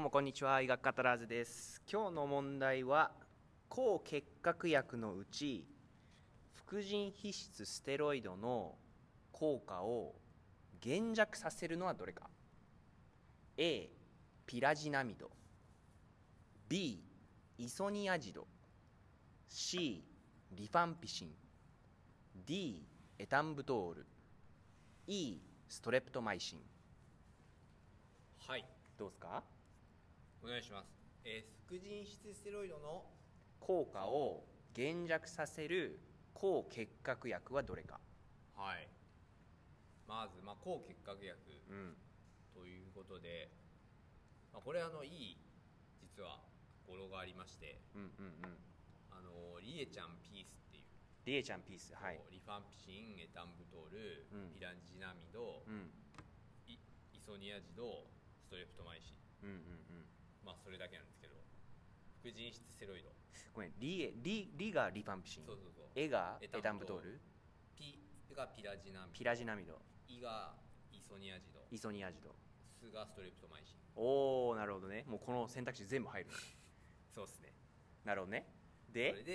もこんにちは医学カタラーズです今日の問題は抗結核薬のうち副腎皮質ステロイドの効果を減弱させるのはどれか A ピラジナミド B イソニアジド C リファンピシン D エタンブトール E ストレプトマイシンはいどうですかお願いします、えー副腎質ステロイドの効果を減弱させる抗結核薬はどれか、はいまず、まあ、抗結核薬うん、ということで、まあ、これあのいい実は語呂がありましてうんうんうんあのリエちゃんピースっていう、リエちゃんピースはいリファンピシンエタンブトール、うんピラジナミド、うんイイソニアジドストレプトマイシンうんうんうんまあそれだけなんですけど副腎質ステロイドごめんリエリリがリファンピシンそうそうそうエがエエタタンンブブトトーールルピがピラジナミピラジナミドイがイソニアジドイソニアジドスがストレプトマイシンおおなるほどねもうこの選択肢全部入るのそうですねなるほどねそれでで、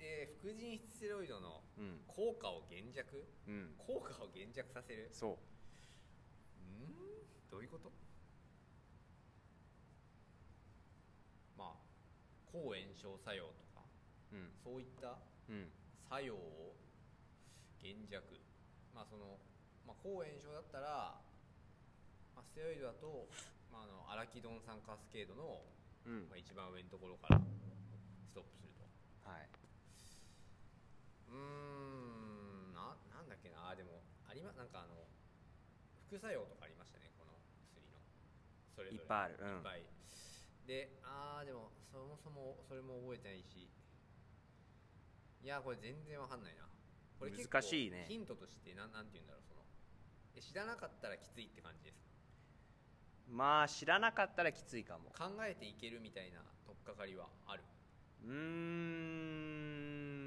えー副腎質ステロイドのうん効果を減弱うん効果を減弱させるそうんどういうことまあ抗炎症作用とかうんそういったうん作用を減弱まあその、まあ、抗炎症だったら、まあ、ステロイドだと、まあ、あのアラキドン酸カスケードの、うんまあ、一番上のところからストップするとはい、うーんななんだっけなあーでもありまなんかあの副作用とかありましたねこの薬のそれぞれいっぱいあるうんいっぱいでああでもそもそもそれも覚えてないしいやーこれ全然わかんないなこれ結構難しいねヒントとしてなんなんて言うんだろうそのえ知らなかったらきついって感じですまあ知らなかったらきついかも考えていけるみたいな取っかかりはあるうー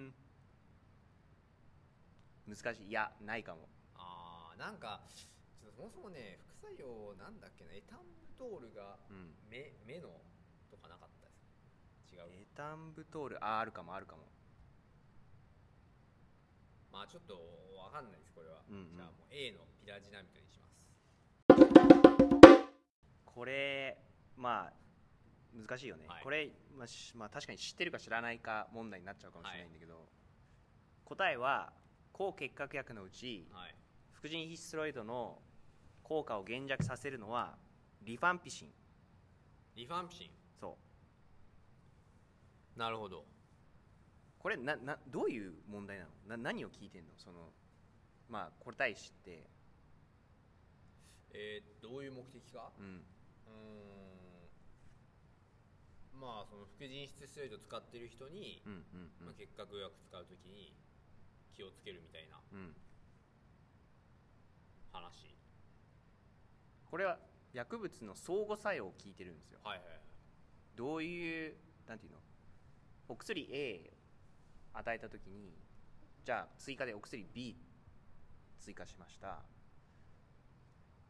ん難しいいやないかもあーなんかちょっとそもそもね副作用なんだっけなエタンブトールがうん目目のとかなかったです違うエタンブトールああるかもあるかもまあちょっとわかんないですこれは、うんうんじゃあもう A のピラジナミトにしますこれまあ難しいよね、はいこれ、まあしまあ、確かに知ってるか知らないか問題になっちゃうかもしれないんだけど、答えは抗結核薬のうちはい副腎皮質ステロイドの効果を減弱させるのはリファンピシンリファンピシンそうなるほどこれななどういう問題なのな何を聞いてんのそのまあ答え知ってえーどういう目的かうんうーんまあその副腎質ステロイド使ってる人に、うんうんまあ、結核薬使う時に気をつけるみたいなうん、うん、話これは薬物の相互作用を聞いてるんですよはいはいはいどういうなんていうのお薬 A 与えた時にじゃあ追加でお薬 B 追加しました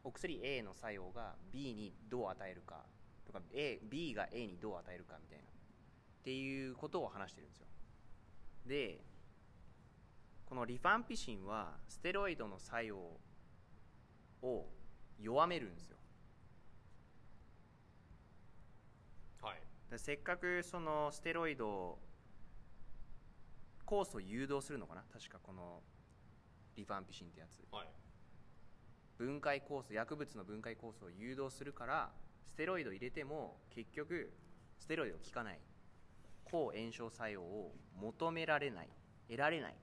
お薬 A の作用が B にどう与えるかとか A B が A にどう与えるかみたいなっていうことを話してるんですよでこのリファンピシンはステロイドの作用を弱めるんですよはいでせっかくそのステロイドを酵素を誘導するのかな確かこのリファンピシンってやつはい分解酵素薬物の分解酵素を誘導するからステロイド入れても結局ステロイド効かない抗炎症作用を求められない得られないっ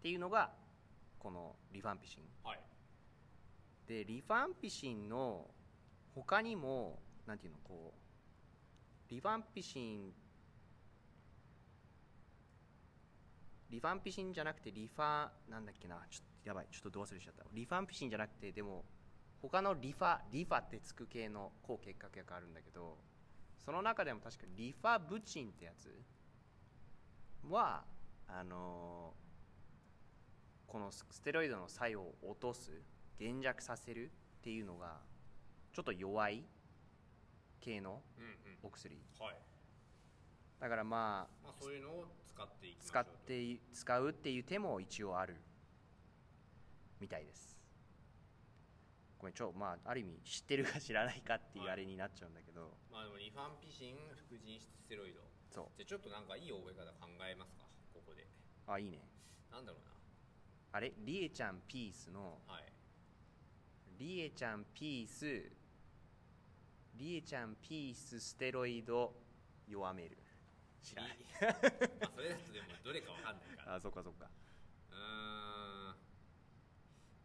ていうのがこのリファンピシンはいでリファンピシンの他にもなんていうのこうリファンピシンリファンピシンじゃなくてリファなんだっけなちょっとやばいちょっとど忘れしちゃったリファンピシンじゃなくてでも他のリファリファってつく系の抗結核薬あるんだけどその中でも確かリファブチンってやつはあのーこのスステロイドの作用を落とす減弱させるっていうのがちょっと弱い系のうんうんお薬はいだからまあまあそういうのを使っていきましょう使とってい使うっていう手も一応あるみたいですごめんちょまあある意味知ってるか知らないかっていうはいあれになっちゃうんだけど、まあでもリファンピシン副腎質ステロイドそじゃあちょっとなんかいい覚え方考えますかここでうあいいねなんだろうあれりえちゃんピースのなはいりえちゃんピースりえちゃんピースステロイド弱める知らないまあそれだとでもどれかわかんないから あそっかそっかうーん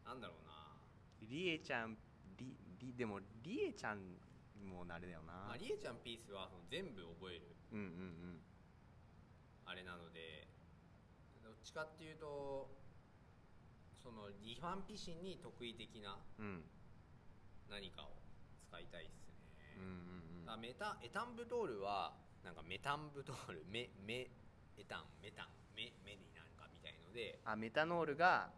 なんだろうな、りえちゃんりりでもりえちゃんもあれだよな、まあ、りえちゃんピースはその全部覚えるうんうんうんあれなのでどっちかっていうとそのリファンピシンに得意的なうんうん何かを使いたいですね、うんあメタエタンブトールはなんかメタンブトールメメエタンメタンメメになんかみたいのであメタノールが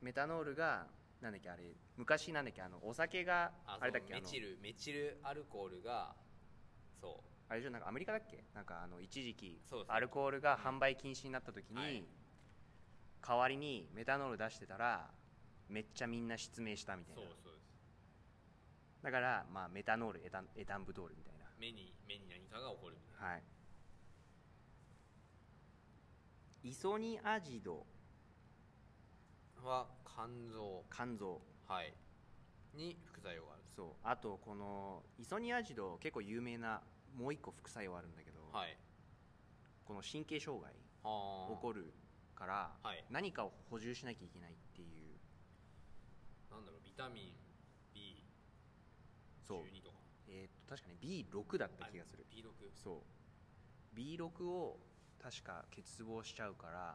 メタノールがなんだっけあれ昔なんだっけあのお酒があれだっけそあうのメチルメチルアルコールがそうあれじゃなんかアメリカだっけなんかあの一時期そうですアルコールが販売禁止になった時に、はい代わりにメタノール出してたらめっちゃみんな失明したみたいそなうそうですだから、まあ、メタノールエタンエタンブドールみたい目に目に何かが起こるみたいななはいイソニアジドは肝臓肝臓はいに副作用があるそうあとこのイソニアジド結構有名なもう一個副作用あるんだけど、はいこの神経障害は起こるから、はい何かを補充しなきゃいけないっていうなんだろうビタミン B そう12とかえーっと確かに B6 だった気がするあ B6 そう B6 を確か欠乏しちゃうから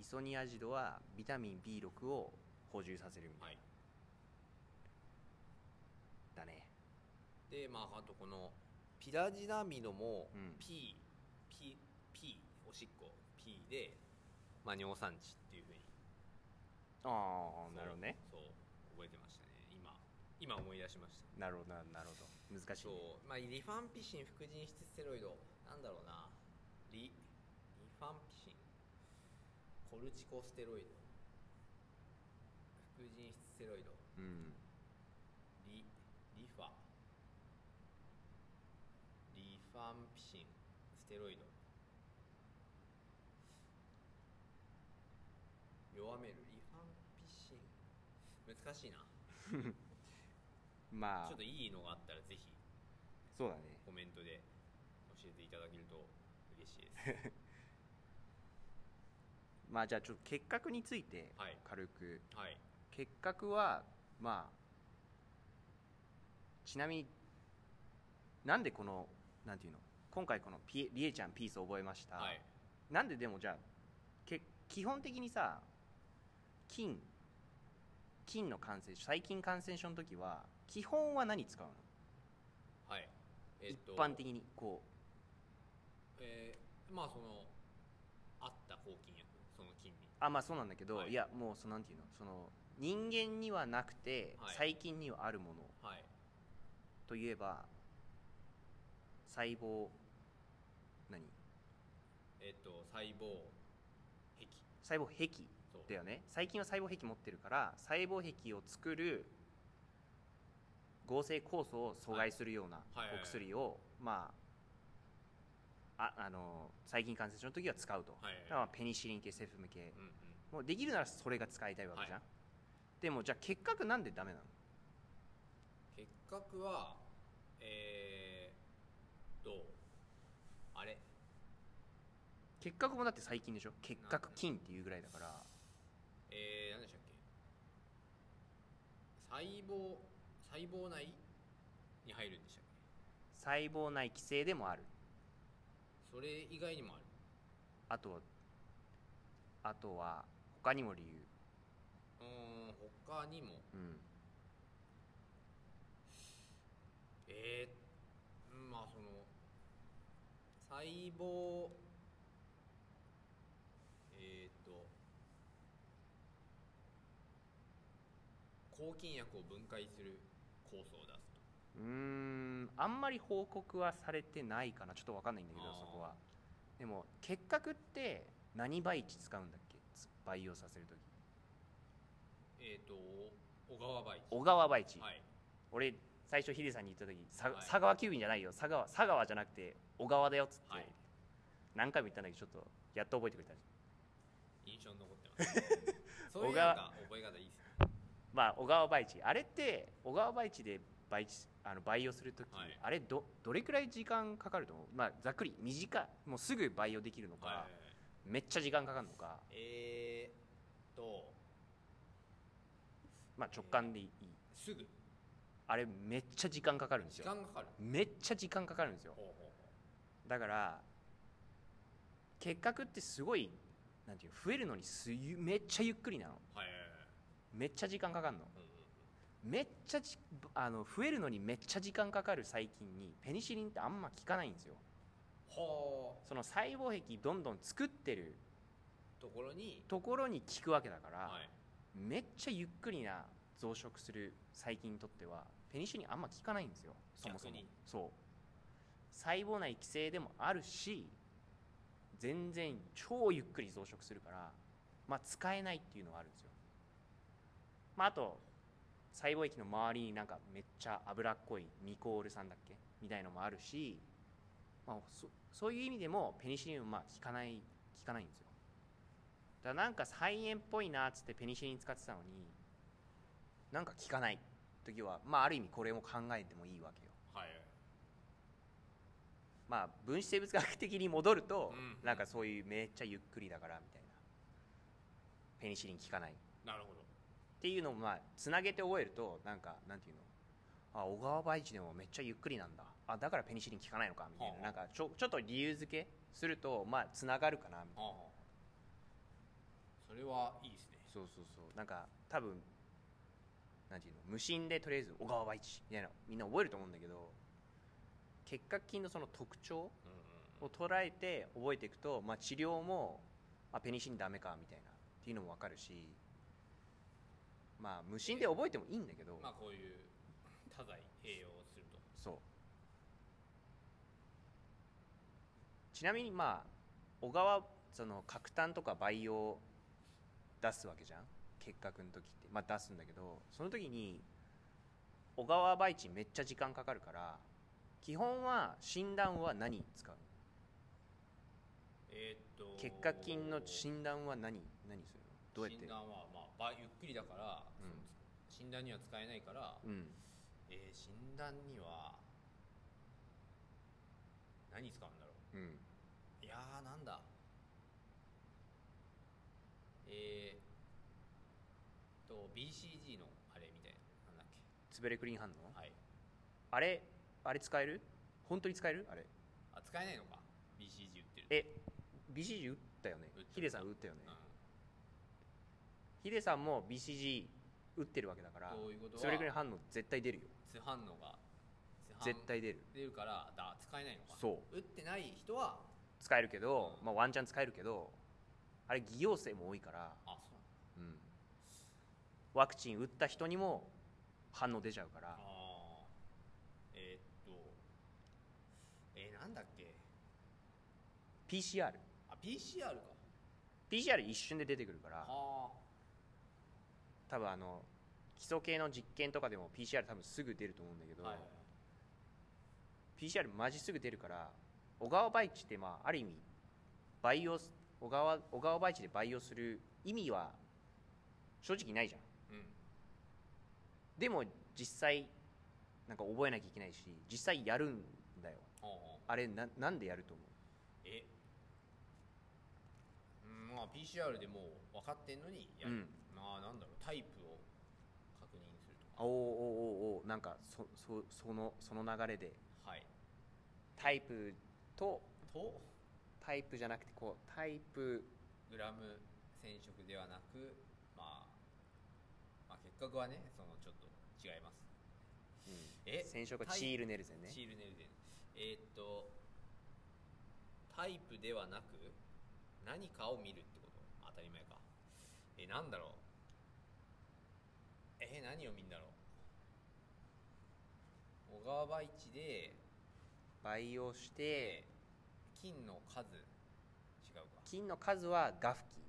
イソニアジドはビタミン B6 を補充させるみたいはいだね、でまああとこのピラジナミドもうん P、P、P おしっこ P で、まあ、尿酸値っていうふうにああなるほどねそう覚えてましたね今今思い出しましたなるほどななるほど難しいね、そう、まあ、リファンピシン副腎質ステロイドなんだろうなリリファンピシンコルチコステロイド副腎質ステロイドうん、リリファリファンピシンステロイド弱めるリファンピシン難しいなまちょっあといいのがあったらぜひそうだねコメントで教えていただけると嬉しいです まあじゃあちょっと結核についてはい軽くはい結核はまあちなみになんでこのなんていうの今回このピエリエちゃんピースを覚えました、はいなんででもじゃあけ基本的にさ菌菌の感染細菌感染症の時は基本は何使うの、はいえっと一般的にこうえーまあそのあった抗菌薬その菌にあまあそうなんだけど、はいい、やもうそのなんていうのその人間にはなくて、はい細菌にはあるものはいといえば細胞何えっと細胞壁細胞壁そうだよね細菌は細胞壁持ってるから細胞壁を作る合成酵素を阻害するようなはいはいはいお薬を、まあああの細菌感染症の時は使うと、はいはいだからペニシリン系セフム系うんうんもうできるならそれが使いたいわけじゃん、はいでもじゃあ結核なんでダメなの結核はえー、っとあれ結核もだって細菌でしょ結核菌っていうぐらいだからえー、何でしたっけ細胞細胞内に入るんでしたっけ細胞内寄生でもあるそれ以外にもあるあとはあとは他にも理由うーん他にもうんえー、うんまあその細胞えー、っと抗菌薬を分解する酵素を出すとうーんあんまり報告はされてないかなちょっと分かんないんだけどあーそこはでも結核って何培地使うんだっけつ培養させる時えっ、と小川梅小川培地、はい俺最初ヒデさんに言った時さはい佐川急便じゃないよ佐川佐川じゃなくて小川だよっつって、はい何回も言ったんだけどちょっとやっと覚えてくれた印象に残ってます そういう小な川んか覚え方いいですねまあ小川培地あれって小川培地で培地あの培養する時、はいあれどどれくらい時間かかると思う、まあ、ざっくり短いもうすぐ培養できるのか、はいめっちゃ時間かかるのか、えー、っとまあ、直感でいい、すぐあれめっちゃ時間かかるんです時よ間かかるめっちゃ時間かかるんですよほうほうほだから結核ってすごいなんていうの増えるのにすゆめっちゃゆっくりなのうはいはいめっちゃ時間かかるのはいうんうんめっちゃじあの増えるのにめっちゃ時間かかる細菌にペニシリンってあんま効かないんですよはその細胞壁どんどん作ってるあところにところに効くわけだから、はいめっちゃゆっくりな増殖する細菌にとってはペニシリンあんま効かないんですよそもそも逆にそう細胞内寄生でもあるし全然超ゆっくり増殖するから、まあ、使えないっていうのはあるんですよ、まあ、あと細胞液の周りになんかめっちゃ脂っこいミコール酸だっけみたいのもあるし、まあ、そそういう意味でもペニシリンはまあ効かない効かないんですよだからなんか肺炎っぽいなっつってペニシリン使ってたのになんか効かない時は、まあ、ある意味これも考えてもいいわけよはいまあ分子生物学的に戻ると、うんなんかそういうめっちゃゆっくりだからみたいなペニシリン効かないっなるほどていうのもまあつなげて覚えるとなんかなんていうのあ小川培地でもめっちゃゆっくりなんだあだからペニシリン効かないのかみたいはなあなんかちょちょっと理由付けするとまあつながるかなみたいなはあはあそれはいいですねそうそうそうなんか多分なんていうの無心でとりあえず小川培地みたいなみんな覚えると思うんだけど結核菌のその特徴うんうんを捉えて覚えていくと、まあ、治療もあペニシリンダメかみたいなっていうのも分かるしまあ無心で覚えてもいいんだけど、まあこういう多剤栄養をするとそうちなみにまあ小川その角炭とか培養出すわけじゃん結核の時ってまあ出すんだけどその時に小川培地めっちゃ時間かかるから基本は診断は何使うえーっと結核菌の診断は何何するのどうやって診断は、まあ、ばゆっくりだから、うんその診断には使えないから、うんえー診断には何使うんだろうんういやーなんだえー、と BCG のあれみたいななんだっけつぶれクリーン反応はいあれあれ使える本当に使えるあれあ使えないのか BCG 売ってるえ BCG 打ったよね打ったヒデさん打ったよね、うんヒデさんも BCG 打ってるわけだからということはつぶれクリーン反応絶対出るよ津反応が津反絶対出る出るからだ使えないのかそう打ってない人は使えるけど、うんまあ、ワンチャン使えるけどあれ偽陽性も多いから、あそうなんだうんワクチン打った人にも反応出ちゃうからあーえーっとえー、なんだっけ PCRPCR あ PCR か PCR 一瞬で出てくるからあ多分あの基礎系の実験とかでも PCR 多分すぐ出ると思うんだけーど、はい PCR マジすぐ出るから小川培地ってまあある意味培養す小川小川培地で培養する意味は正直ないじゃんうんでも実際なんか覚えなきゃいけないし実際やるんだよあーあれななんでやると思えうんまあ PCR でもう分かってんのにやる、うんまあなんだろうタイプを確認するとうおおおおおなんかそそそのその流れでかはいタイプととタイプじゃなくてこうタイプグラム染色ではなくまあまあ結核はねそのちょっと違いますえ染色がタイチールネルゼンねシールネルデンえーっとタイプではなく何かを見るってこと当たり前かえー、なんだろうえー、何を見るんだろう小川培地で培養して菌の数違うか菌の数はガフキ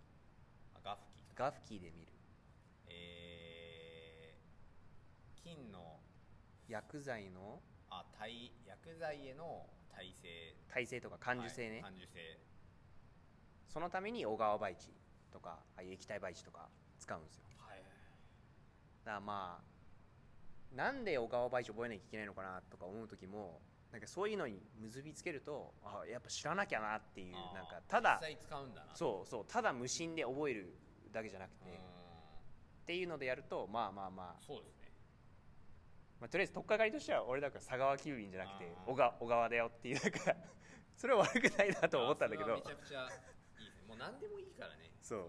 あガフキガフキで見るえー菌の薬剤のあ耐薬剤への耐性耐性とか感受性ね、はい感受性そのために小川培地とかああいう液体培地とか使うんですよはいだからまあなんで小川培地覚えなきゃいけないのかなとか思う時もなんかそういうのに結びつけるとあやっぱ知らなきゃなっていうあーなんかただ実際使うんだなそうそうただ無心で覚えるだけじゃなくて、うーんっていうのでやるとまあまあまあ、そうですねまあ、とりあえず取っかかりとしては俺だから佐川急便じゃなくてあー小川小川だよっていうなんかそれは悪くないなと思ったんだけあどそれはめちゃくちゃいいですねもう何でもいいからねそうの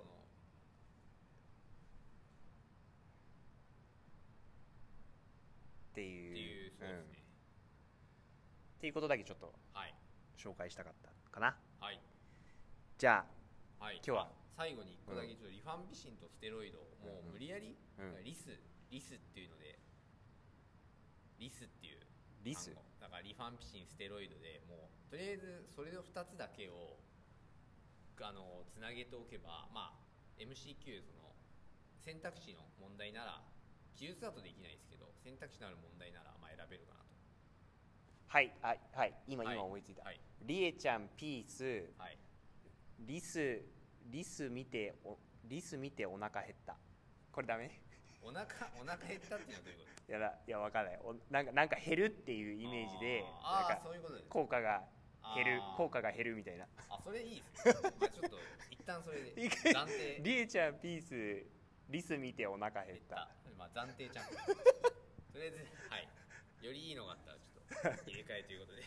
っていうっていうそうですんっね、ていうことだけちょっとはい紹介したかったかなはいじゃはい今日はあ最後に1個だけちょっとリファンビシンとステロイドをもうんうんう無理やり、うんリスリスっていうのでリスっていうあリス単語だからリファンピシンステロイドでもうとりあえずそれの2つだけをあのつなげておけば、まあ、MCQ その選択肢の問題なら記述だとできないですけど選択肢のある問題ならまあ選べるかなとはいはいはい今、はい今思いついた、はいリエちゃんピースはいリスリス見ておリス見てお腹減ったこれダメ お腹お腹減ったっていうのはどういうこいやないやわかんないおなんかなんか減るっていうイとメージであーなんあーかそういうことです効果が減るあー効果が減るみたいなあそれいいですね、 まあ、ちょっと一旦それで一暫定リエちゃんピースリス見てお腹減減っったた、まあ、暫定チャンピオンとりあえずはいよりいいのがあったら ちょっと入れ替えということで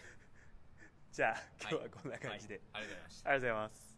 じゃあ今日はこんな感じで、はいありがとうございましたありがとうございます